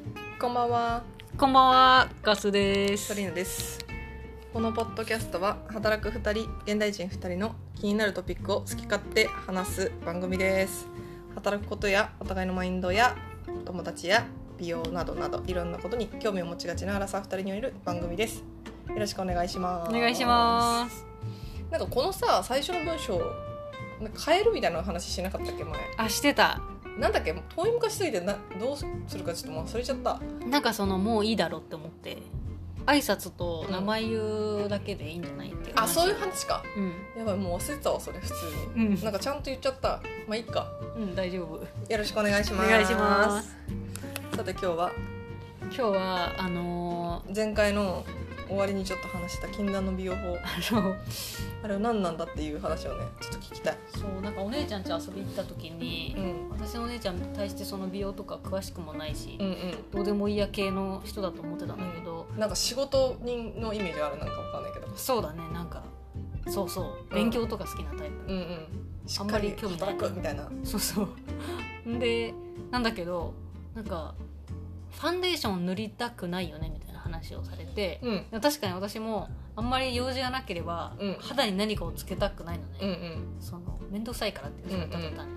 んはこんばんは、ガスですト。リーナですこのポッドキャストは働く2人現代人2人の気になるトピックを好き勝手話す番組です働くことやお互いのマインドや友達や美容などなどいろんなことに興味を持ちがちなアラサー2人による番組ですよろしくお願いしますお願いします。すなんかこのさ最初の文章なんか変えるみたいな話しなかったっけ前あ、してた。なんだっけ遠い昔すぎてなどうするかちょっともう忘れちゃったなんかそのもういいだろって思って、挨拶と名前言うだけでいいんじゃないっていう話。あそういう話かうん。やばいもう忘れてたわそれ普通うに、んなんかちゃんと言っちゃったまあいいかうん、大丈夫。よろしくお願いしおます願いします。さて今日は今日はあの前回の終わりにちょっと話した禁断の美容法ー、あのあれは何なんだっていう話をねちょっと聞きたいそうなんかお姉ちゃんち遊び行った時に、うん私のお姉ちゃんに対してその美容とか詳しくもないし、うんどうでもいいや系の人だと思ってたんだけど、うんなんか仕事人のイメージあるなんかわかんないけどそうだねなんかそうそう勉強とか好きなタイうプ、んうんしあっんかまりり興味ない働くみたいなそうそうでなんだけどなんかファンデーション塗りたくないよねみたいな話をされて、うんでも確かに私もあんまり用事がなければ、うん肌に何かをつけたくないのね、うんうんその面倒くさいからって言われたうんうん途端に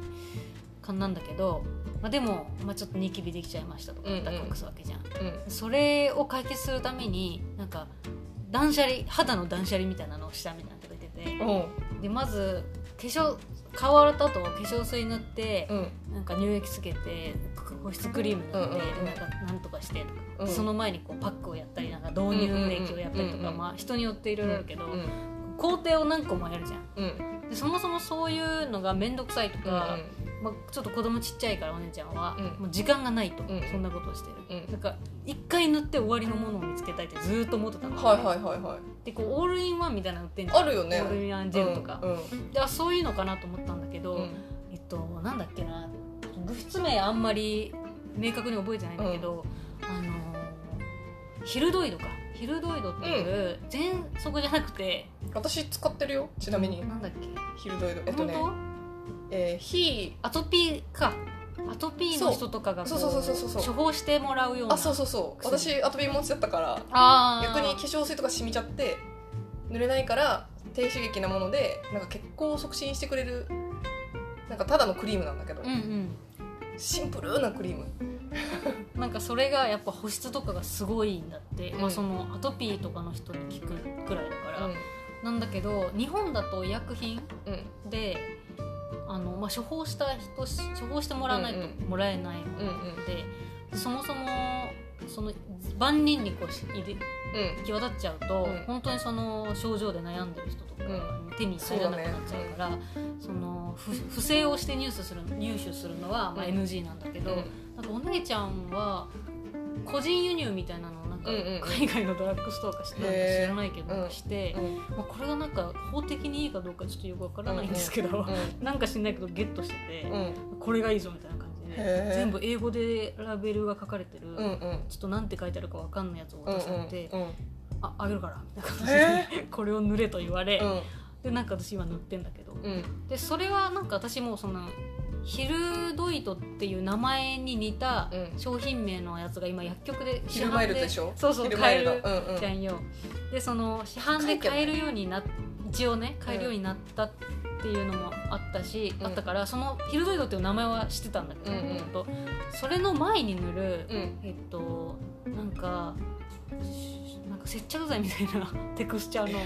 感なんだけど、まあ、でも、まあ、ちょっとニキビできちゃいましたとかうんうん痛く隠すわけじゃん、うんそれを解決するためになんか断捨離肌の断捨離みたいなのをしたみたいなこと言ってておうでまず化粧顔洗った後化粧水塗ってう、んなんか乳液つけて保湿クリーム塗って、うんうんうんなんかなんとかしてとか、うんその前にこうパックをやったりなんか導入メイクをやったりうとんうんか、うんうんまあ、人によっていろいろあるけど、うん工程を何個もやるじゃん。うんでそもそもそういうのが面倒くさいとうんか、まあ、ちょっと子供ちっちゃいからお姉ちゃんは、うんもう時間がないと、うんそんなことをしてる、うんなんか一回塗って終わりのものを見つけたいってずーっと思ってたの、はいはいはいはいでこうオールインワンみたいなの売ってんじゃあんるよねオールインワンジェルとか、うんうんであそういうのかなと思ったんだけど、うんえっとなんだっけな物質名あんまり明確に覚えてないんだけど、あのーヒルドイドかヒルドイドっていう、全息じゃなくて私使ってるよちなみになんだっけ、ヒルドイドえっと本ね当えー、非アトピーかアトピーの人とかがこそうそうそうそうそうそう処方してもらうようなあそうそうそう薬私アトピー持ちだったからあー逆に化粧水とか染みちゃって塗れないから低刺激なものでなんか血行を促進してくれるなんかただのクリームなんだけど、うんシンプルなクリームうんなんかそれがやっぱ保湿とかがすごいんだって、うんまあ、そのアトピーとかの人に効くくらいだから、なんだけど日本だと医薬品うんであの、まあ、処方した人処方してもらわないとうんうもらえないうんうんうんので、そもそもその万人にこうし入れ行き渡っちゃうと、うん本当にその症状で悩んでる人とかう手に入らなくなっちゃうから、その不不正をして入手する入手するのはまあうん NG なんだけど、うんなんかお姉ちゃんは個人輸入みたいなのをなんかうんうんうん海外のドラッグストアかしなんかへー知らないけどなんかして、うんまあ、これがなんか法的にいいかどうかちょっとよくわからないんですけど、うなんか知んないけどゲットしてて、んうんこれがいいぞみたいな感じへでー全部英語でラベルが書かれてる。うんうんちょっとなんて書いてあるかわかんないやつをうん渡されて、うんああげるからみたいな感じえで これを塗れと言われ、うんでなんか私今塗ってんだけど、うんでそれはなんか私もそのヒルドイトっていう名前に似たうん商品名のやつが今薬局でヒルマイルドでしょそうそうヒルマイルド買えるうんうんじゃんよ、でその市販で買えるようになっ一応ね買えるようになったっていうのもあったし、うんあったからそのヒルドイドっていう名前は知ってたんだけど、うんうんずっとそれの前に塗る、うんえっとなんかしなんか接着剤みたいな テクスチャーの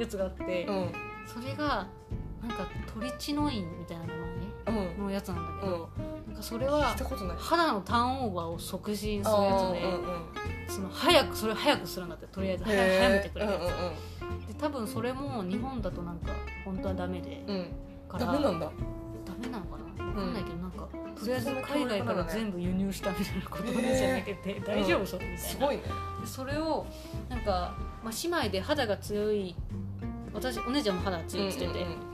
やつがあって、うんそれがなんかトリチノインみたいな名うん前のやつなんだけど、なんかそれはしたことない肌のターンオーバーを促進するやあつで、ーうんうんその早くそれ早くするんだってとりあえず早へー早めてくれるやつ、うで多分それも日本だとなんか本当はダメで、んうんうんかダらメなんだダメなのかな分かんないけど、なんかとりあえずそんな教海育外かならのね全部輸入したみたいなことをじゃなくて、大丈夫それみたいな。すごいねでそれをなんか、まあ、姉妹で肌が強い私お姉ちゃんも肌が強いって言ってて、うんうん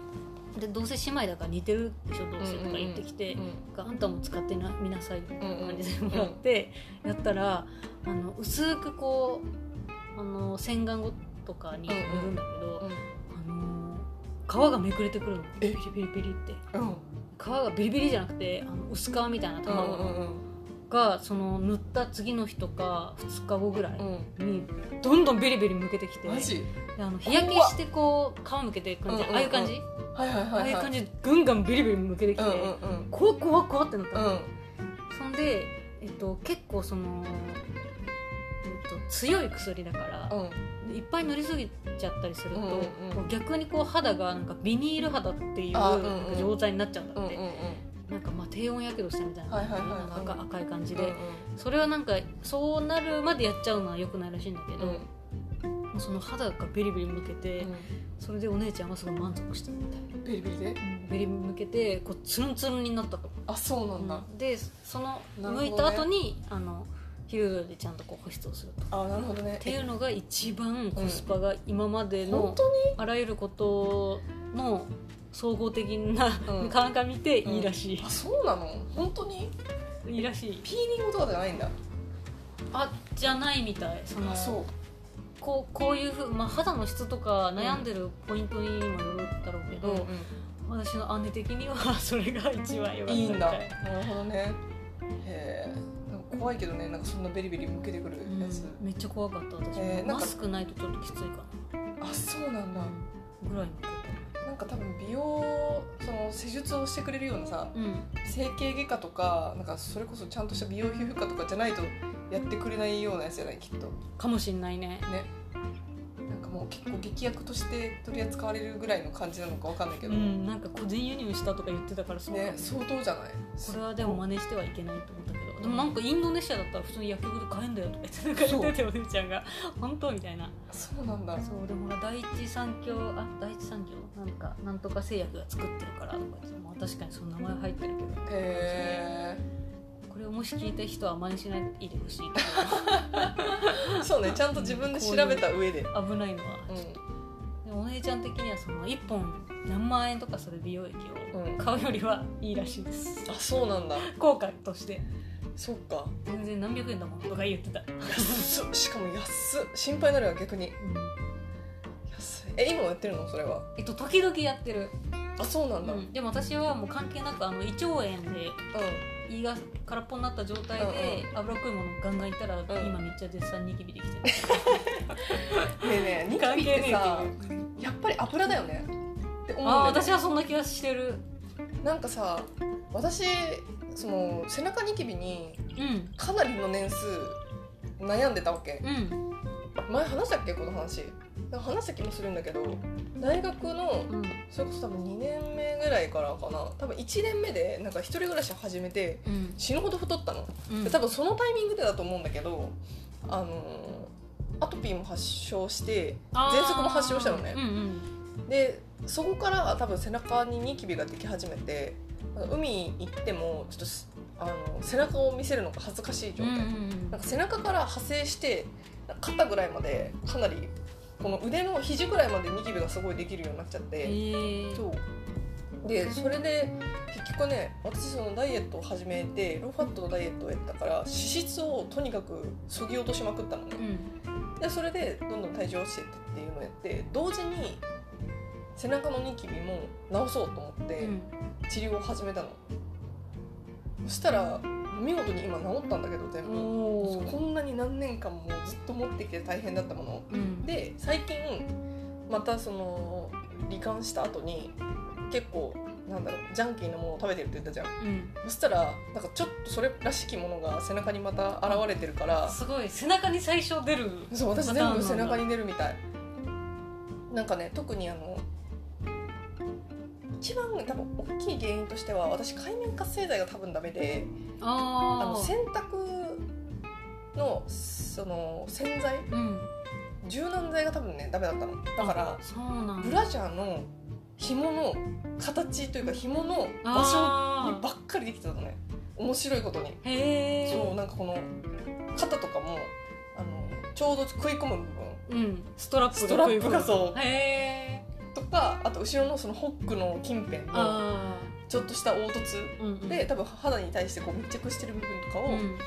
でどうせ姉妹だから似てるでしょどうせとうんうんかうん言ってきて、うんなんかあんたも使ってなみなさいみたいな感じでもらってやったらあの薄くこうあの洗顔後とかに塗るんだけど、あの皮がめくれてくるのピえリピリピリってうん皮がビリビリじゃなくてあの薄皮みたいなうん卵の、うんうんがその塗った次の日とか2日後ぐらいうんにどんどんベリベリむけてきて、マジであの日焼けしてこう皮むけていくんうんうで、んうんああいう感じ、はいはいあはあいいうはい感じでぐんぐんベリベリむけてきうて、んうんうん怖っ怖っ怖っってなったうの、んそんで、えっと、結構その、えっと、強い薬だから、うんいっぱい塗りすぎちゃったりすると、うんうんうんこう逆にこう肌がなんかビニール肌っていうあなうんんうんか状態になっちゃうんだうんうっんて、うんなんかまあ低温やけどしたみたいな、はいはいはいなんか赤うん赤い感じうんで、それはなんかそうなるまでやっちゃうのはよくないらしいんだけど、うんもうその肌がベリベリむけて、うそれでお姉ちゃんはすごい満足したみたいんベリベリでベリベリむけてこうツルンツルンになったとあそうなんだでそのなるほど剥ねいた後に、あの昼夜でちゃんとこう保湿をすると。あなるほどねっていうのが一番コスパが今までの本当にあらゆることの総合的なうん鑑みていいらしいあ、そうなの本当にいいらしいピーリングとかじゃないんだあじゃないみたいそのあそうこうこういうふう、まあ、肌の質とか悩んでるポイントにもよるだろうけど、私の姉的には それが一番良かったいいみんただいなるほどねへえなんか怖いけどねなんかそんなベリベリ向けてくるうんやつ、めっちゃ怖かった私も、えーなんマかスクないとちょっときついかあそうなんだな、うん、ぐらいのこなんか多分美容その施術をしてくれるようなさとうん整形外科とかなんかそれこそちゃんとした美容皮膚科とかじゃないとやってくれないようなやつじゃないきっとかもしんないねねなんかもう結構劇薬として取り扱われるぐらいの感じなのかわかんないけうど、んなんか個人輸入したとか言ってたからそうかもね相当じゃないこれはでも真似してはいけないと思ったけどでもなんかインドネシアだったら普通に薬局で買えんだよとか言ってなんか言っててお姉ちゃんが「本当?」みたいなそうなんだそうでもほら第一三共あ第一三共なんかなんとか製薬が作ってるからとか言ってまあ確かにその名前入ってるけどへこれをもし聞いた人は真似しないでほしいけえそうねちゃんと自分で調べた上でど 危ないのは、うでもお姉ちゃん的にはその1本何万円とかする美容液うんを買うよりはいいらしいですんあそうなんだ効果としてそっか全然何百円だもんとか言ってた、安っしかも安っ心配になるわ逆にうん安いえ今もやってるのそれはえっと時々やってるあそうなんだ、うん、でも私はもう関係なくあの胃腸炎で胃が空っぽになった状態で脂っこいものガンガンいったら、今めっちゃ絶賛ニキビできてるうん、ねえねえ ニキビってさやっぱり油だよねって思うんだよねああ私はそんな気がしてるなんかさ私その背中ニキビにうんかなりの年数悩んでたわけうん前話したっけこの話なんか話した気もするんだけど大学のうんそれこそ多分2年目ぐらいからかな多分1年目でなんか一人暮らしを始めてうん死ぬほど太ったのうんで多分そのタイミングでだと思うんだけどあのーアトピーも発症して喘息も発症したのねうんでそこから多分背中にニキビができ始めてなんか海行ってもちょっとすあの背中を見せるのが恥ずかしい状うんうん態、うんなんか背中から派生してなんか肩ぐらいまでかなりこの腕の肘ぐらいまでニキビがすごいできるようになっちゃって。えーそうでそれで結局ね私そのダイエットを始めてローファットのダイエットをやったから脂質をとにかくそぎ落としまくったのねうんでそれでどんどん体重落ちてってっていうのをやって同時に背中のニキビも治そうと思っうてん治療を始めたの、そしたら見事に今治ったんだけど全部おそうーこんなに何年間もずっと持ってきて大変だったものをうんで最近またその罹患した後に結構なんだろうジャンキーなものを食べてるって言ったじゃんうんそしたらなんかちょっとそれらしきものが背中にまた現れてるからすごい背中に最初出るそう私パター全ンなん部だ背中に出るみたいなんかね特にあの一番多分大きい原因としては私海面活性剤が多分ダメでああのー洗濯のその洗剤うん柔軟剤が多分ねダメだったのだからそうなんブラジャーの紐の形というか紐の場所にあばっかりできてたのね面白いことにーへえそうなんかこの肩とかもあのちょうど食い込む部分うん、ストラップストラップがそへえうとかあと後ろのそのホックの近辺のあちょっとした凹凸あ、うんうん、で多分肌に対してこう密着してる部分とかを、うん、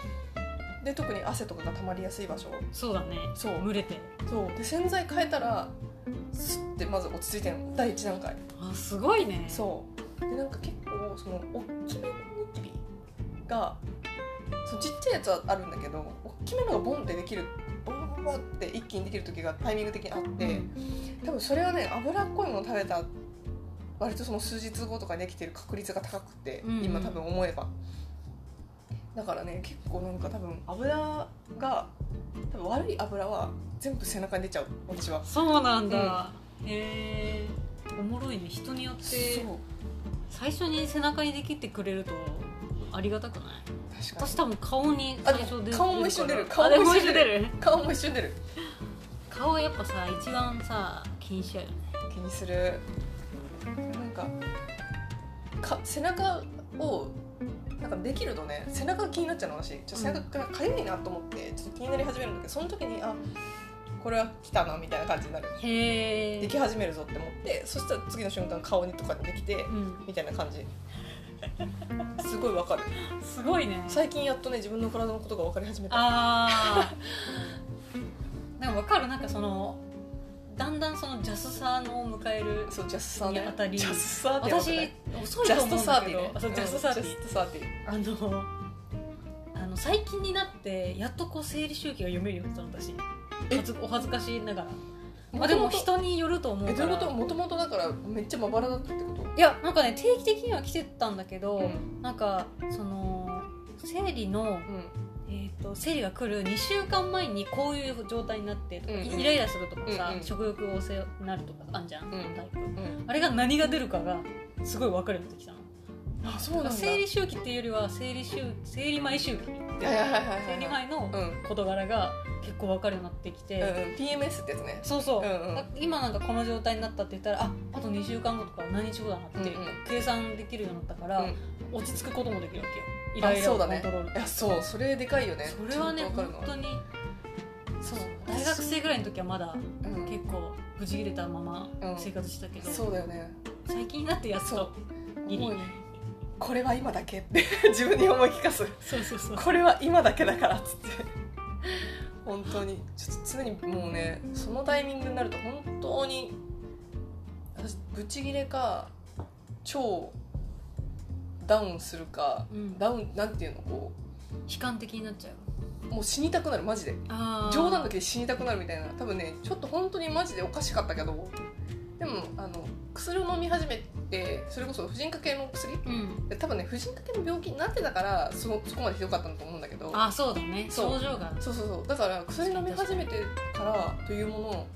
で特に汗とかが溜まりやすい場所そうだねそう群れてそうで洗剤変えたらスッてまず落ち着いてんの第一段階あすごいねそうでなんか結構その大きめのニキビがそうちっちゃいやつはあるんだけど大きめのがボンってできるボンボンボンって一気にできる時がタイミング的にあって、多分それはね脂っこいもの食べた割とその数日後とかにできてる確率が高くて、うんうん今多分思えばだからね結構なんか多分油が多分悪い油は全部背中に出ちゃう私はそうなんだ、へえおもろいね人によってそう最初に背中にできてくれるとありがたくない確かに私多分顔に最初出あでも顔も一緒に出るからあで顔もも一一緒緒にに出出る 顔も一緒に出る顔やっぱさ一番さ気にしちゃうよね気にするなんかか背中をなんかできるとね背中が気になっちゃうの私ちょっと背中がかゆいなと思ってちょっと気になり始めるんだけどその時にあこれは来たなみたいな感じになるへでえき始めるぞって思ってそしたら次の瞬間顔にとかにできてうん、みたいな感じすごいわかるすごいね最近やっとね自分の体のことが分かり始めたああなんかわかるなんかそのだんだんそのジャスさのを迎えるそうジャスサーいねや当たりジャスサーってやばくな私い遅いジャとス思トうんサだーけティどねあそうジャストサーティうんジャストサーティあのあの最近になってやっとこう生理周期が読めるようになったの私え恥ずお恥ずかしいながらまあでも人によると思うえかどういらうこともともとだからめっちゃまばらだったってこといやなんかね定期的には来てたんだけど、うんなんかその生理の、うんえー、と生理が来る2週間前にこういう状態になってとか、うんうんイライラするとかさ、うんうん食欲旺盛になるとかあんじゃん、んタイプうんあれが何が出るかがすごい分かるようになってきたのあそうなんだ生理周期っていうよりは生理周生理前周期はいはいはいはい生理前のうんうん事柄が結構分かるようになってきて、うん PMS ってやつねそうそうう、んうんだ今なんかこの状態になったって言ったらああと2週間後とか何日後だなってうんうん計算できるようになったから、うん落ち着くこともできるわけよイあライラそをうだコンねトロールいやそうそれでかいよねそれはねちゃんとわかる本の当にそう私大学生ぐらいの時はまだうん結構無事切れたままうん生活してたけど、そうだよね最近になってやっそとうギリもうこれは今だけって自分に思い聞かすそうそうそうこれは今だけだからっつって本当にちょっと常にもうねそのタイミングになると本当に私ブチギレか超ダウンするか、うんダウンなんていうのこ悲観的になっちゃううもう死にたくなるマジであー冗談だけで死にたくなるみたいな多分ねちょっと本当にマジでおかしかったけどでもあの薬を飲み始めてそれこそ婦人科系の薬うん多分ね婦人科系の病気になってたからそのそこまでひどかったんだと思うんだけどあそうだねそう症状がそうそうそうだから薬飲み始めてからというもの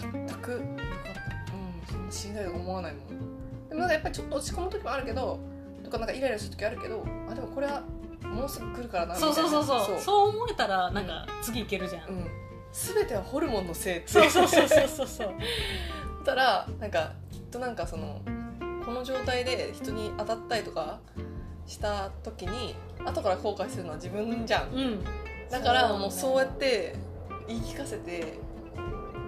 全く、うん、そんな死にたいとか思わないもんでもなんかやっぱりちょっと落ち込む時もあるけどとかなんかイライラする時あるけどあでもこれはもうすぐ来るからなみたいそうなそうそうそうそう、そう思えたらなんか次いけるじゃん、うん、全てはホルモンのせいってそうそうそうそうそ うそうったらなんかきっとなんかそのこの状態で人に当たったりとかした時に後から後悔するのは自分じゃんうんだからもうそうやって言い聞かせて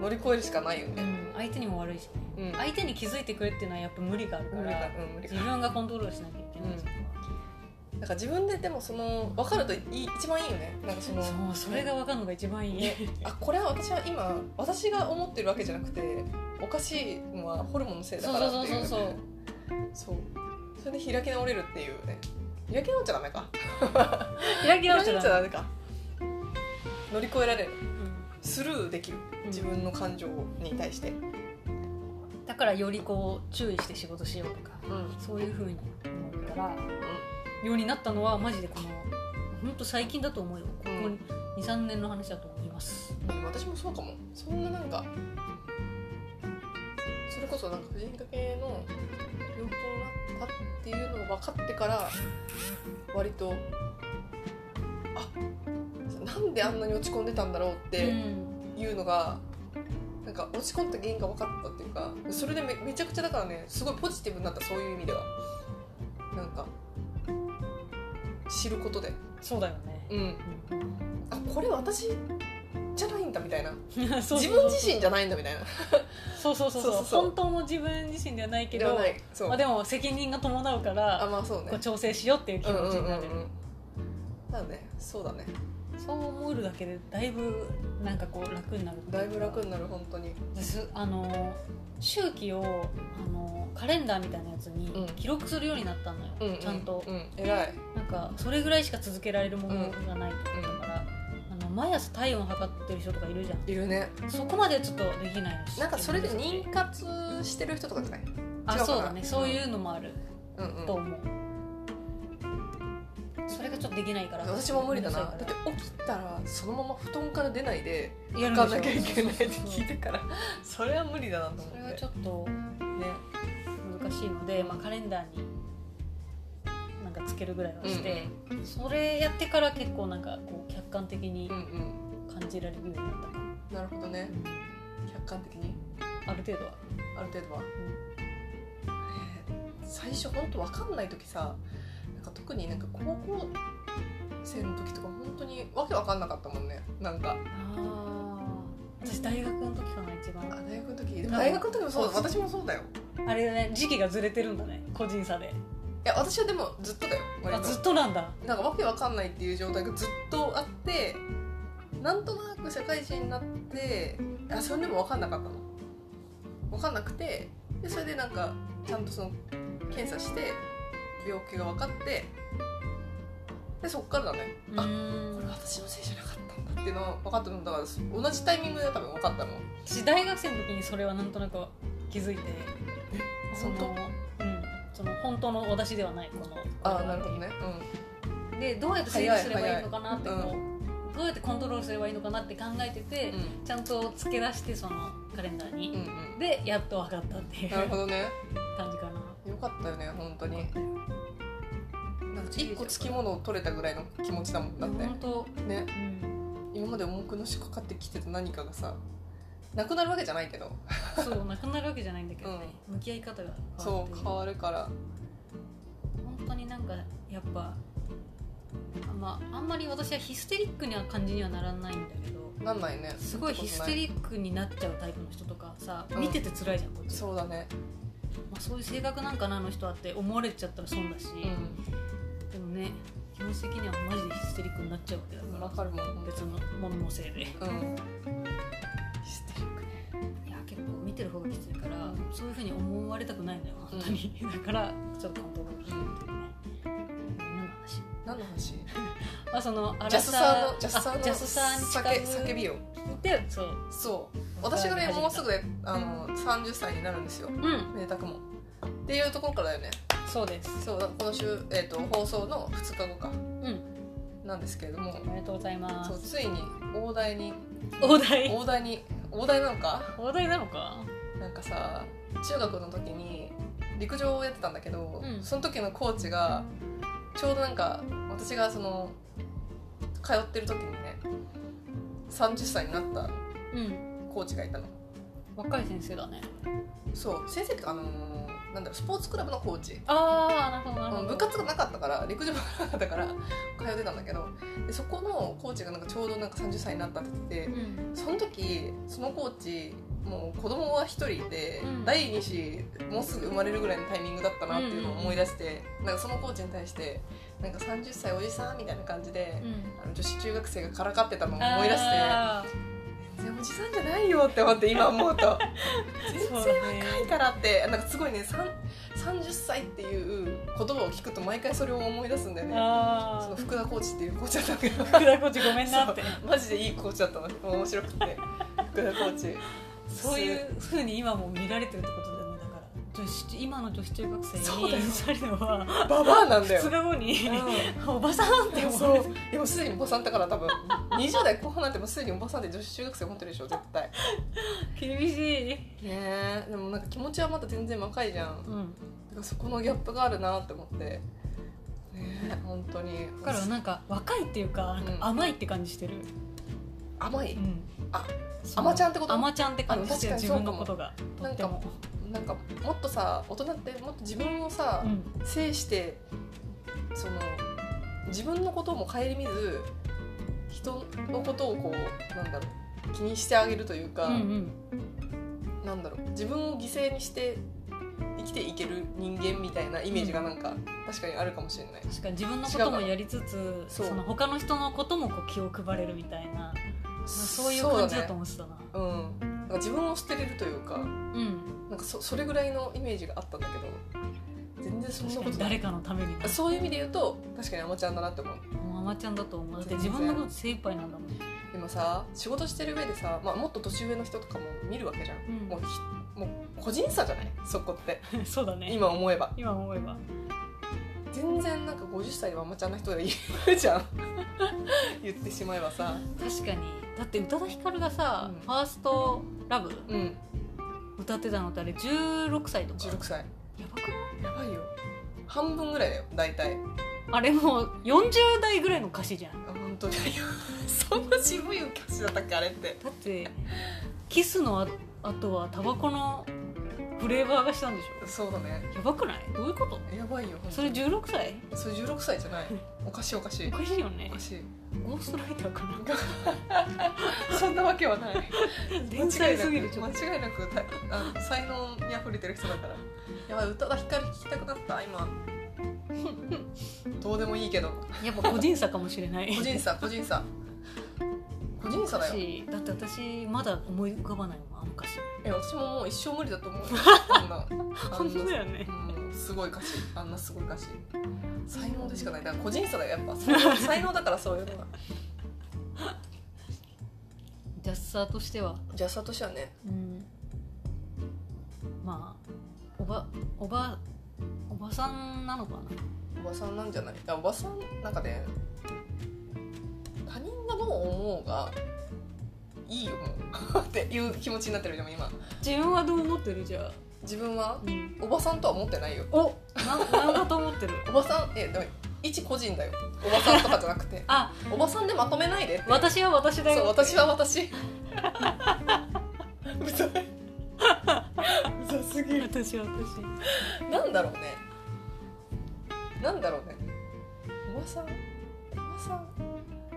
乗り越えるしかないようね。ん相手にも悪いしね、うん相手に気づいてくれっていうのはやっぱ無理があるか無理らか、うん、無理自か。分がコントロールしなきゃいけない、うんなんか自分ででもその分かるといい一番いいよね。なんかそのそうそれが分かるのが一番い い、ねあこれは私は今私が思ってるわけじゃなくておかしいのはホルモンのせいだそうからってそいうう。そうそうそうそう。それで開き直れるっていうね。開き直っちゃダメか。開き直っちゃダメダメか。乗り越えられる。スルーできるうん自分の感情に対して。だからよりこう注意して仕事しようとかうん。うん。そういうふうに思ったらようになったのはマジでこの本当最近だと思うよこうんこ23年の話だと思いますうん私もそうかもそんななんかそれこそなんか婦人科系の病気になったっていうのが分かってから割とあなんであんなに落ち込んでたんだろうっうてんいうのが、なんか落ち込んだ原因が分かったっていうかそれでめめちゃくちゃだからねすごいポジティブになったそういう意味ではなんか知ることでそうだよね、うんあこれ私じゃないんだみたいなうん そうそうそう自分自身じゃないんだ みたいなそうそうそうそうそうそうそう本当の自分自身ではないけではどないそうまあ、でも責任が伴うかあらまあそうこうね調整しようっていう気うんうん持うんちにうなる、んだねそうだねそう思えるだけでだいぶなんかこう楽になるだいぶ楽になる本当にですあの周期をあのカレンダーみたいなやつにうん記録するようになったのよ、うんうんちゃんと、うん偉いなんかそれぐらいしか続けられるものがないとうんだから、あの毎朝体温測ってる人とかいるじゃんいるねそこまでちょっとできないのしなんかそれで妊活してる人とかじゃない違あうかなそうだねそういうのもあるうんうんと思う、それがちょっとできないから私も無理だなだめんってどくさいか起きたらそのまま布団から出ないでら行かなきゃいけないって聞いててからそれは無理だなと思っそてれはちょっとね難しいので、まあ、カレンダーになんかつけるぐらいはして、それやってから結構なんかこう客観的にうんうん感じられるようになったかな、なるほどね客観的にある程度は、ある程度は、えー最初本当わかんない時さなんか特になんか高校生の時とか本当にわけわかんなかったもんねなんかああ私大学の時かな一あ番大学の時でも大学の時もそうだそう私もそうだよあれだね時期がずれてるんだね個人差でいや私はでもずっとだよ割あとずっとなんだなんかわけわかんないっていう状態がずっとあってなんとなく社会人になってあそれでも分かんなかったの分かんなくてでそれでなんかちゃんとその検査して病気が分かってでそっからだねうあーこれん私のせいじゃなかったんだっていうのは分かったのだから同じタイミングで多分分かったの私大学生の時にそれはなんとなく気づいてその本うんその本当の私ではないこのああなるほどねでどうやって整理すればいいのかなってこうどうやってコントロールすればいいのかなって考えてて、うんうんちゃんと付け出してそのカレンダーに、うんうんでやっと分かったっていうなるほどね感じかなよかったよね本当になんか一個つきものを取れたぐらいの気持ちだもんだっ本て当、ねうん、今まで重くのしかかってきてた何かがさなくなるわけじゃないけどそうなくなるわけじゃないんだけどね、向き合い方が変わそってうる変わるから本当になんかやっぱあ,、まあ、あんまり私はヒステリックな感じにはならないんだけどなんないねすごいヒステリックになっちゃうタイプの人とかさうん見てて辛いじゃんこっちそうだねまあ、そういう性格なんかなあの人はって思われちゃったら損だし、うでもね気持ち的にはマジでヒステリックになっちゃうわけだんかわらかるもんうん別のもののせいでいヒステリックねや結構見てる方がきついからそういうふうに思われたくないんだよ本当に、だからちょっとコントロールするっていうね何の話何の話まあそのアジャラスササーーのジャスサーあのジャスサーに近叫叫づいびよてそうそう私がねもうすぐであの30歳になるんですようんめでたくもっていうところからだよねそうですそうだからこの週、えー、と放送の2日後かうんなんですけれどもおめでとうございまそうすついに大台に大台大台に大台なのか大台なのかなんかさ中学の時に陸上をやってたんだけど、うんその時のコーチがちょうどなんか私がその通ってる時にね30歳になったうんコーチがいたの若い先生だねそう先生ってあのーなんだろうスポーツクラブのコーチああなるほどなるほど部活がなかったから陸上がなかったから通ってたんだけどでそこのコーチがなんかちょうどなんか30歳になったって言っててうんその時そのコーチもう子供は1人いて、うん第2子もうすぐ生まれるぐらいのタイミングだったなっていうのを思い出して、なんかそのコーチに対してなんか30歳おじさんみたいな感じで、うんあの女子中学生がからかってたのを思い出してあ全然おじさんじゃないよって思って今思う とー全然そうだね若いからってなんかすごいねさん30歳っていう言葉を聞くと毎回それを思い出すんだよね。あそのー福田コーチっていうコーチだったんだけ ど福田コーチごめんなってそうマジでいいコーチだったの面白くて福田コーチそういうふうに今も見られてるってことだよねだから女子今の女子中学生そうだよにされるのはババアなんだよ2日後にうおばさんっんでても思わそれうてでもすでにおばさんだから多分20代後半なんてもうすでにおばさんで女子中学生思ってるでしょ絶対厳しいねえでもなんか気持ちはまだ全然若いじゃんだうんからそこのギャップがあるなって思ってねえ本当にだからなんか若いっていうかなんか甘いって感じしてる、甘いうんあその甘ちゃんってこと甘ちゃんって感じしてるあ確自かに分のことがとってもなんかもっとさ大人ってもっと自分をさ、うん制してその自分のことも顧みず人のことをこうなんだろう気にしてあげるというか、うんうんなんだろう自分を犠牲にして生きていける人間みたいなイメージがなんか、確かにあるかもしれない。確かに自分のこと違うもかやりつつそそうの他の人のこともこう気を配れるみたいな、まあ、そういうそ感うじだだねと思ってたなうん、か自分を捨てれるというかうんなんかそそれぐらいのイメージがあったんだけど全然そんな確こかとにない誰かのためにそういう意味で言うと確かにあまちゃんだなって思うもうママちゃんだと思うだって全自然分のこと精一杯なんだもん、うでもさ仕事してる上でさ、まあ、もっと年上の人とかも見るわけじゃん、んもうひもう個人差じゃないそこって そうだね今思えば今思えば全然なんか50歳でママちゃんな人がいるじゃん 言ってしまえばさ確かにだって宇多田ヒカルがさ、うんファーストラブうん歌ってたのってあれ16歳とか16歳やばくないやばいよ半分ぐらいだよ大体あれもう40代ぐらいの歌詞じゃんあ本当だよそんな渋い歌詞だったっけあれってだ ってキスのああとはタバコのフレーバーがしたんでしそうだねょやばくないどういうことやばいよ本当にそれ16歳それ16歳じゃないおかしいおかしおいかしいよおねかしいゴーストライター かなそんなわけはない天才すぎるちょ間 っと違いなくたあの才能に溢れてる人だからやばい宇多田ヒカル聞きたくなった今どうでもいいけどやっぱ個人差かもしれない個人差個人差個人差だよ私だって私まだ思い浮かばないもんあの歌詞え私ももう一生無理だと思うあんなあ本ん当だなよねうんすごい歌詞あんなすごい歌詞才能でしかないだから個人差だよやっぱ才能才能だからそういうのがジャスサーとしてはジャスさとしてはねうんまあおばおばおばさんなのかなおばさんなんじゃないあおばさんなんかね他人がどう思うがいいよもうっていう気持ちになってるでも今自分はどう思ってるじゃあ、自分はおばさんとは思ってないよおななんだと思ってるおばさんえでも一個人だよおばさんとかじゃなくて あおばさんでまとめないでって私は私だよそう私は私うざいうざすぎる私は私なんだろうねなんだろうねおばさんおばさん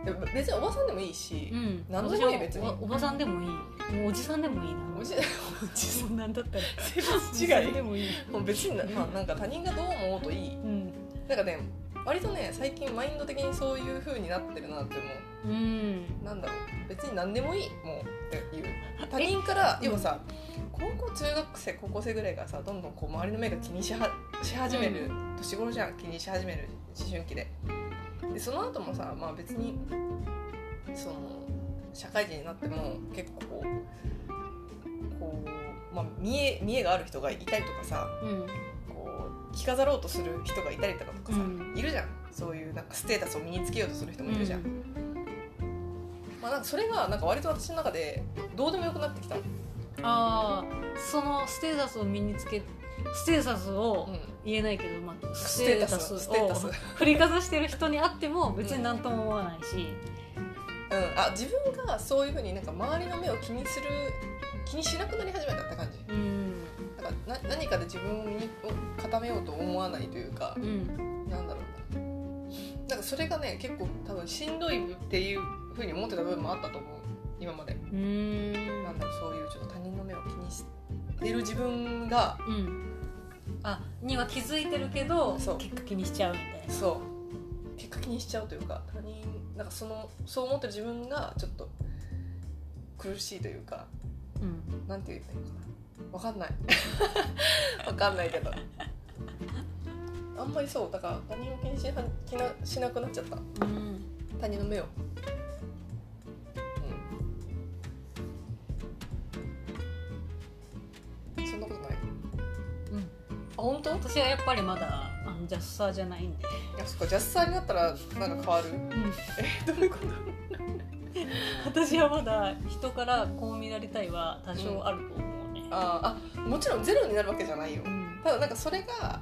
でも別におばさんでもいいしう、ん何でもいい別に私はおおばさんでもいいもうおじさんでもいいなおじ おじさんもうなんだったら性別おじさん違いでもいいもう別にな,、まあ、なんか他人がどう思うといいうんなんかね割とね最近マインド的にそういう風になってるなって思ううんなんだろう別に何でもいいもうっていう他人からえ要はさ高校中学生高校生ぐらいがさどんどんこう周りの目が気にしはし始める、う年頃じゃん気にし始める思春期ででその後もさまあ別にその社会人になっても結構こうこう、まあ、見え見えがある人がいたりとかさうんこう着飾ろうとする人がいたりとかさ、うんいるじゃんそういうなんかステータスを身につけようとする人もいるじゃん、まあ、なんかそれがなんか割と私の中でどうでもよくなってきたの、ああそのステータスを身につけステータスをうん言えないけど、まあ、ステータススステテーータタススを 振りかざしてる人に会っても別に何とも思わないし、うん、あ自分がそういうふうになんか周りの目を気にする気にしなくなり始めたって感じうんなんかな何かで自分を身を固めようと思わないというかうん、なんだろうななんかそれがね結構多分しんどいっていうふうに思ってた部分もあったと思う今までうんなんだろうそういうちょっと他人の目を気にしてる自分がうん、あには気づいてるけどそう結果気にしちゃうみたいなそう結果気にしちゃうというか他人なんかそのそう思ってる自分がちょっと苦しいというかうん、なんて言えばいいのかなわかんない わかんないけどあんまりそうだから他人を気にしは気なしなくなっちゃったうん、他人の目をうんそんなことないあうん、本当？い私はやっぱりまだあのジャスサーじゃないんで、やそっかジャスさんになったらなんか変わる うん、えどういうこと 私はまだ人からこう見られたいは多少あると思うね、あーあもちろんゼロになるわけじゃないようんただなんかそれが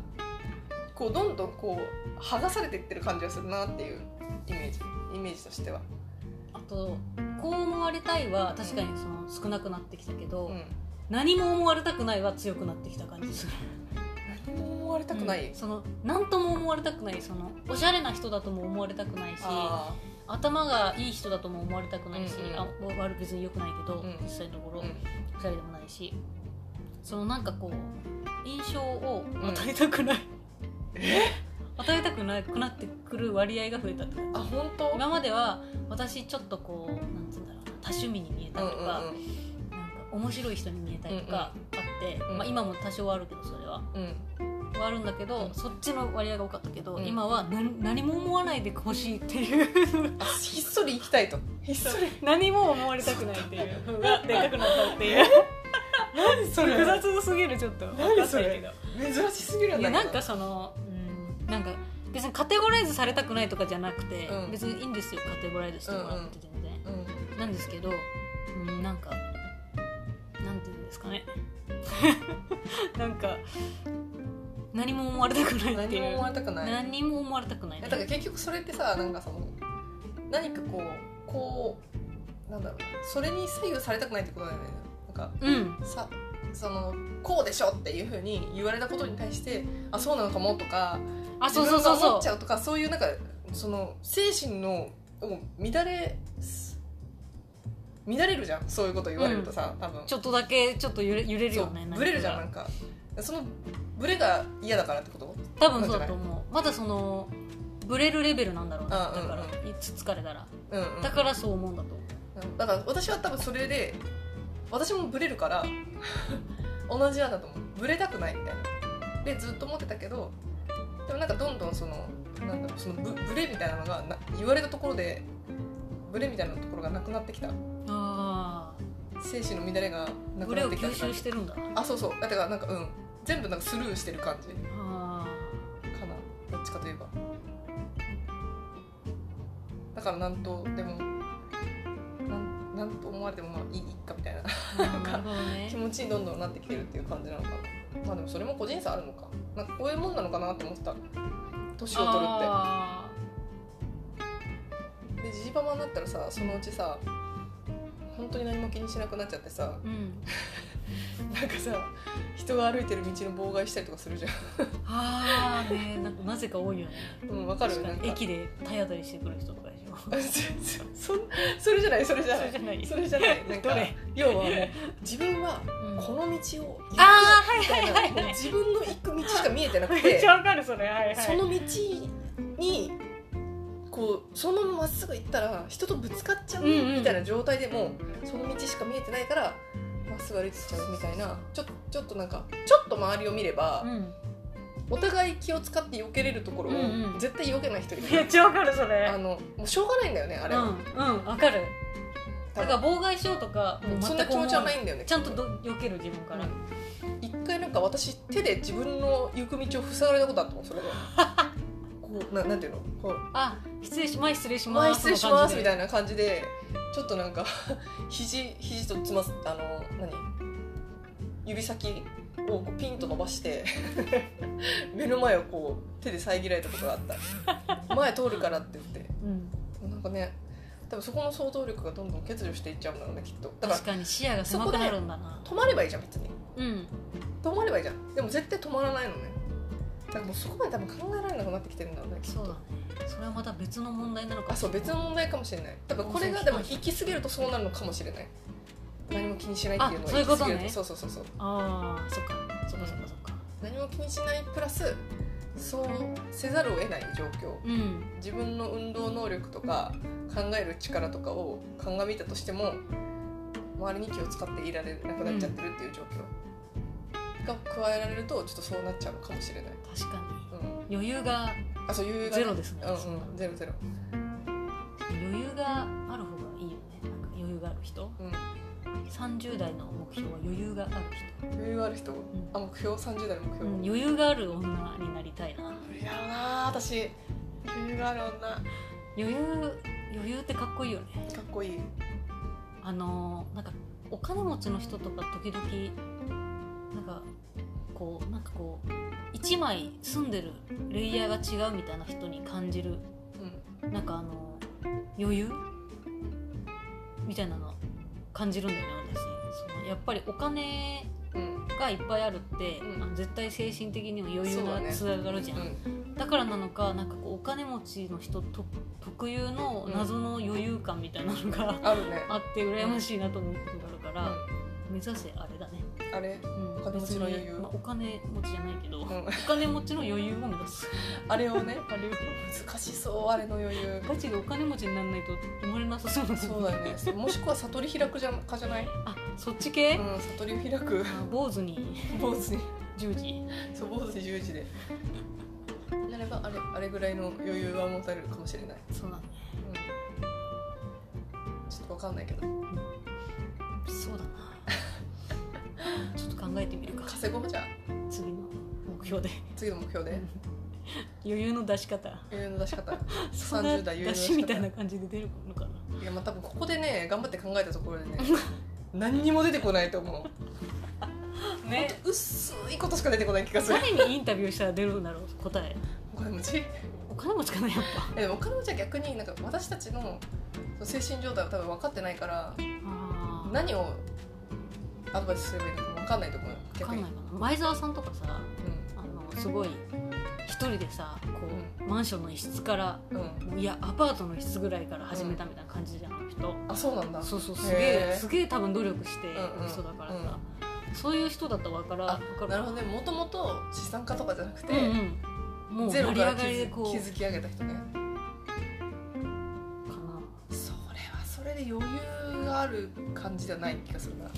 こうどんどんこう剥がされていってる感じがするなっていうイメージイメージとしてはあとこう思われたいは確かにその少なくなってきたけど、うん何も思われたくないは強くなってきた感じする何も思われたくない、うんその何とも思われたくないそのおしゃれな人だとも思われたくないしあ頭がいい人だとも思われたくないし、うんうんあ僕は別に良くないけど、うん実際のとこあろ、うん二人でもないしそのなんかこう印象をん与えた くない、与えたくなくなってくる割合が増えたって感じあ本当今までは私ちょっとこうなんつうんだろうな多趣味に見えたりとか、うんうんうんなんか面白い人に見えたりとかあって、うんまあ、今も多少はあるけどそれはうんはあるんだけど、うんそっちの割合が多かったけど、うん今は何何も思わないでほしいっていうあひっそり行きたいとひっそり 何も思われたくないっていうのがでかくなったっていう何それ複雑すぎるちょっと何それわかんないけど珍しすぎるんいやだけどなんかその、うん、なんか別にカテゴライズされたくないとかじゃなくて、うん別にいいんですよカテゴライズしてもらって全然、うんなんですけど、うん、なんかなんていうんですかね なんか何も思われたくないっ何ていうも思われたくない何も思われたくない、だから結局それってさなんかその何かこうこうなんだろうなそれに左右されたくないってことだよねなんかうんさそのこうでしょっていうふうに言われたことに対してあそうなのかもとかあ自そうそう分そがう思そっちゃうとかそういうなんかその精神のもう乱れす乱れるじゃんそういうこと言われるとさ、多分うちょっとだけちょっと揺れ揺れるそようねブレるじゃんななんんかかそのブレが嫌だからってこと多分そうだと思うまだそのブレるレベルなんだろううな、んうんうんだからいつ疲れたらうんうんだからそう思うんだと思ううんだから私は多分それで私もブレるから 同じなんだと思うブレたくないみたいなでずっと思ってたけどでもなんかどんどんそのなんだろうそのブブレみたいなのがな言われたところでブレみたいなところがなくなってきたあ精神の乱れがあなブくレなをってきた吸収してるんだなあそうそうだからなんかうん全部なんかスルーしてる感じあかなどっちかといえばだからなんとでもなんなんと思われてもまあいいいっかみたいなーあーなるほどね気持ちにどんどんなってきてるっていう感じなのかなまあでもそれも個人差あるのかなんかこういうもんなのかなって思ってた年を取るっあてでジジババになったらさそのうちさ本当に何も気にしなくなっちゃってさーうんなんかさ人が歩いてる道の妨害したりとかするじゃああねなんかなぜか多いよねんうんわかる確かなんにか駅で体当たりしてくる人とかでしょ そそれじゃないそれじゃそなれじゃいないそれじゃないなんかどれ要はもう自分はうんこの道を行くみあーはいたいな、はいはいもはうい自分の行く道しか見えてなくめって ちゃわかるそれはいはいその道にこうそのまままっすぐ行ったら人とぶつかっちゃううんうんみたいな状態でも、その道しか見えてないからまっすぐ歩いてっちゃうみたいなちょちょっとなんかちょっと周りを見れば、うんお互い気を使って避けれるところを、うんうん絶対避けない人い めっるちゃわかるそれあのもうしょうがないんだよねあれうは、んうんわかる多だ分から妨害しようとかもうそんな全く気思持うちはないんだよねちゃんとど避ける自分から一回なんか私手で自分の行く道を塞がれたことあったもん それでこうななんていうのこうあ失礼し前失礼しま前す失礼しますみたいいな感じでちょっとなんか 肘肘とつまあの何指先をこうピンと伸ばして 目の前をこう手で遮られたことがあった前通るからって言ってな、うん、なんかね多分そこの想像力がどんどん欠如していっちゃうんだろうねきっとだから確かに視野が狭くなるんだな止まればいいじゃん別にうん止まればいいじゃんでも絶対止まらないのねだからもうそこまで多分考えられなくなってきてるんだろうねきっそうとだねそれはまた別の問題なのかあそう別の問題かもしれない多分これがでも行き過ぎるとそうなるのかもしれない何も気にしないっていうのあそういうことね行き過ぎるそうそうそうそうああそっかそっかそっかそっか何も気にしないプラスそうせざるを得ない状況うん自分の運動能力とか考える力とかを鑑みたとしても周りに気を使っていられなくなっちゃってるっていう状況が加えられるとちょっとそうなっちゃうのかもしれない、確かうん、に余裕があそういうゼロですねうんうんゼロゼロ余裕がある方がいいよねなんか余裕がある人うん30代の目標は余裕がある人、余裕ある人、あ目標30代の目標、うん余裕がある女になりたいな無理だろうな私余裕がある女か余裕余裕ってかっこいいよねっこいいあのーなんかお金持ちの人とか時々なんかこうなんかこう1枚住んでるレイヤーが違うみたいな人に感じるうなんかあの余裕みたいなの感じるんだよね私そのやっぱりお金んうんがいっぱいあるって、うんあの絶対精神的にも余そ裕うだがねつながるじゃんだ,、からなのかなんかこうお金持ちの人と特有の謎の余裕感みたいなのが、あるねあって羨ましいなと思うことがあるから、目指せあれだねあれうんお金持ちの余裕別にまあ、お金持ちじゃないけど、んお金持ちの余裕を目指すあれをねあれを難しそうあれの余裕ガチでお金持ちにならないと生まれなさそうなそうだよねもしくは悟り開くじゃんかじゃない、うあそっち系、ん、悟り開くあ坊主に坊主に10時そう坊主に十時でなればあれあれぐらいの余裕は持たれるかもしれない、そうなんだうん、ちょっとわかんないけどそうだなちょっと考えてみるか稼ごうじゃん次の目標で次の目標で余裕の出し方余裕の出し方そんな30代余裕の出出しし方みたいな感じで出るのかないやまあ多分ここでね頑張って考えたところで ね何にも出てこないと思うね薄いことしか出てこない気がする誰にインタビューしたら出るんだろう答えお金持ちいお金持ちかなやっぱやでもお金持ちは逆になんか私たちのその精神状態を多分分かってないからあー何をアドバイスすればいいのか分かんないと思うわか逆んにないかな前澤さんとかさあのすごい一人でさこう、マンションの一室からうん、うん、いやアパートの一室ぐらいから始めたみたいな感じじゃん、あの人あそうなんだそうそうすへげーえすげえ多分努力してるうんうん人だからさ、そういう人だったわからあわなかるほどねもともと資産家とかじゃなくて、うんうん、もうゼ成ロりから上がりで築こう築き上げた人ねかなそれはそれで余裕がある感じじゃない気がするな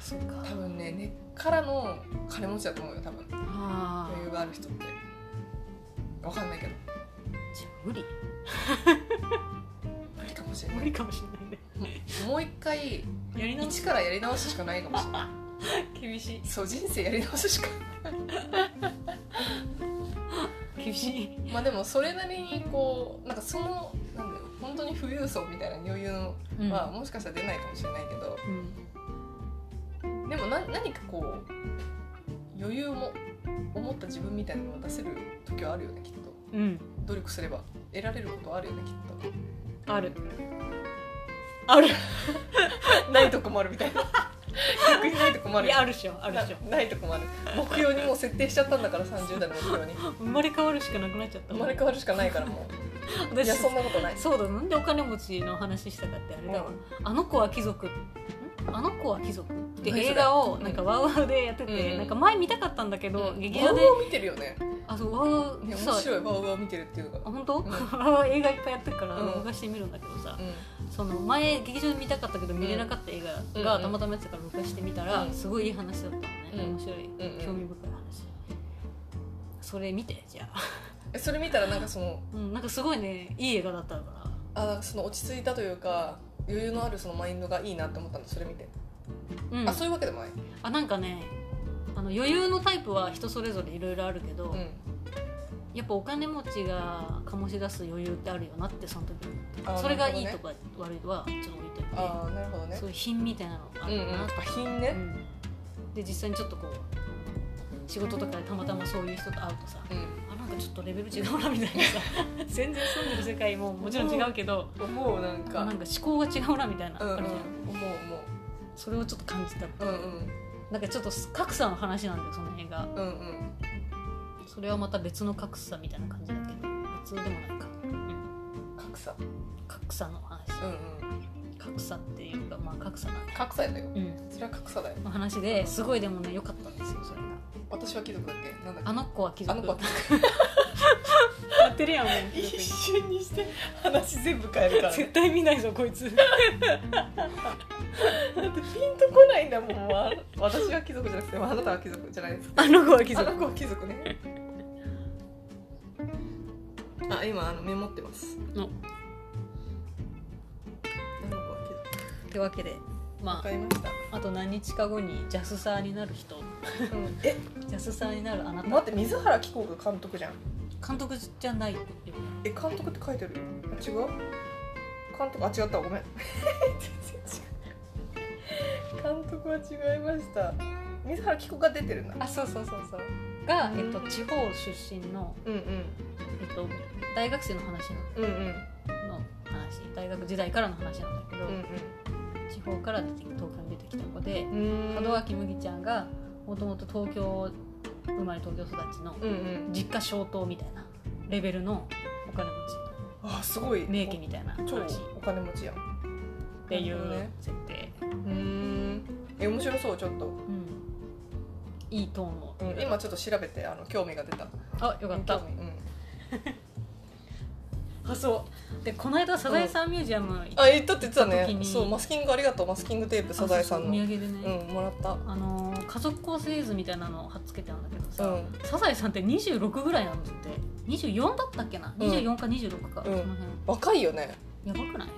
そうか多分ね根っからの金持ちだと思うよ多分あ余裕あがある人って分かんないけどじゃあ無理無理かもしれな無い理かもしれないねもう一回やり直一すからやり直すしかないかもしれない厳しいそう人生やり直すしか厳しいまあでもそれなりにこうなんかそのなんだよ本当に富裕層みたいな余裕のうんはもしかしたら出ないかもしれないけど、うんでもな何かこう余裕も思った自分みたいなのを出せる時はあるよねきっとうん努力すれば得られることはあるよねきっとあるある ないとこもあるみたいな 逆にないとこもあいるやあるっしょあるっしょなないとこもある目標にもう設定しちゃったんだから30代の目標に生まれ変わるしかなくなっちゃった生まれ変わるしかないからもうい私やそんなことないそうだなんでお金持ちの話したかってあれだわ、あの子は貴族んあの子は貴族って何それ映画をなんかワウワウでやってて、うんうんなんか前見たかったんだけど、うん劇場でワウワウ見てるよねあそうワウワウね面さ白いワウワウ見てるっていうかあ本当、ん ワウワウ映画いっぱいやってるからうん録画してみるんだけどさ、うその前劇場で見たかったけど見れなかった映画うがんたまたまやってたから録画してみたら、うんすごいいい話だったのね、うん面白い、んうん興う味ん、深い話それ見てじゃあ、えそれ見たらなんかそのうん、なんかすごいねいい映画だったからあなんかその落ち着いたというか余裕のあるそのマインドがいいなって思ったんでそれ見て、うんあそういうわけでもない、あなんかねあの余裕のタイプは人それぞれいろいろあるけど、うんやっぱお金持ちが醸し出す余裕ってあるよなってその時にあそれがいいなるとほか悪いとはちょっと置いといどねてあーなるほどねそういう品みたいなのあるようなと、んうんあ品うねんで実際にちょっとこう仕事とかでたまたまそういう人と会うとさうあなんかちょっとレベル違うな みたいなさ全然住んでる世界ももちろん違うけどん思うなんかなんか思考が違うなみたいな、うんうあんるじゃん思うそれをちょっと感じた思ううんなんかちょっと格差の話なんだよその辺がうんうんうんそれはまた別の格差みたいな感じだけど別でもないか、うん、格差格差の話うんうん格差っていうかまあ格差だね格差やだようんそれは格差だよの話ですごいでもね良かったんですよそれが私は貴族だっけなんだっけあの子は貴族あの子は貴やってるやんもう族 一瞬にして話 全部変えるから 絶対見ないぞこいつピンとこないん だもんわ私は貴族じゃなくてあなたは貴族じゃないですあの子は貴貴族族あの子は貴族ね あ今あのメモってますおあの子は貴族ってわけでわまかりました、ああと何日か後にジャスサーになる人うん えジャスサーになるあなた待って水原希子が監督じゃん監督じゃないよねえ監督って書いてあるあ違う監督あ違ったごめん全然違う 監督は違いました水原希子が出てるんだあそうそうそうそうが、うんえっと、地方出身の、うんうんえっと、大学生の話なのうんうんの話大学時代からの話なんだけど、地方から出て東京に出てきた子でうんうん門脇麦ちゃんがもともと東京生まれ東京育ちのうんうん実家小島みたいなレベルのお金持あすごいち名家みたいな超話っお金持ちやんていなるほどねう設定、うーんえ面白そうちょっとうん、いいトーンの、うん、今ちょっと調べてあの興味が出たあよかった興味うんあそうでこの間サザエさんミュージアム行ったあえだって言ってた行った時ねにそうマスキングありがとうマスキングテープサザエさんのお土う産でね、んもらったあのー家族構成図みたいなのを貼っつけてあるんだけどさ、うんサザエさんって26ぐらいなんだって24だったっけなうん24か26か、うんその若いよね辺やばくない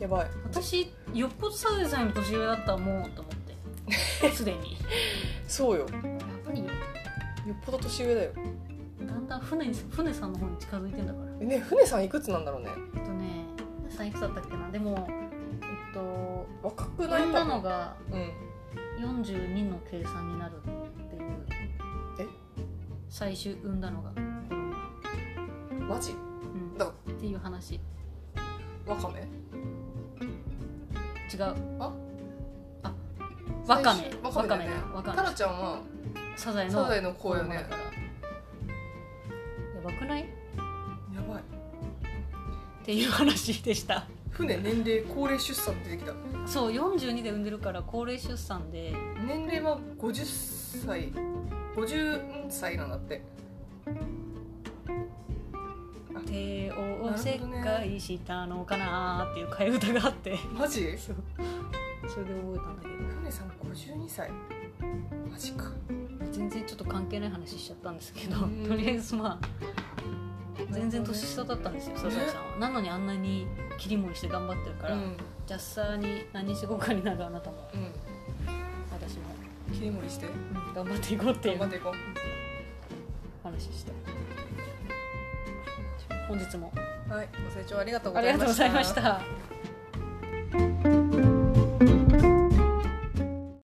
やばい私よっぽどサザエさんより年上だったらもうと思 ってすでにそうよよやっぱりっぽど年上だよだんだん船に船さんの方に近づいてんだからえね船さんいくつなんだろうねえっとね船さんいくつだったっけなでもえっと若くない女かのながうん42の計算になるっていうえ最終産んだのが、マジうん、だっていう話違わかめうああわかめ最初わわかめだよねかめだわかタラめちゃんはサザエのサザエの子よね子供だからやばくないっやばいていう話でした船年齢高齢出産出てきたそう42で産んでるから高齢出産で年齢は50歳50歳なんだって帝王なをるほどね切開したのかなーっていう替え歌があってマジそうそれで覚えたんだけど船さん52歳マジか全然ちょっと関係ない話しちゃったんですけど、うんとりあえずまあ全然年下だったんですよね笹井さんはなのにあんなに切り盛りして頑張ってるから、うんジャッサーに何しごかになるあなたもう私も、ん切り盛りしてうん頑張っていこうってい頑張っうていこ話した本日もうはいご清聴ありがとうあございりがとまうごしたざいました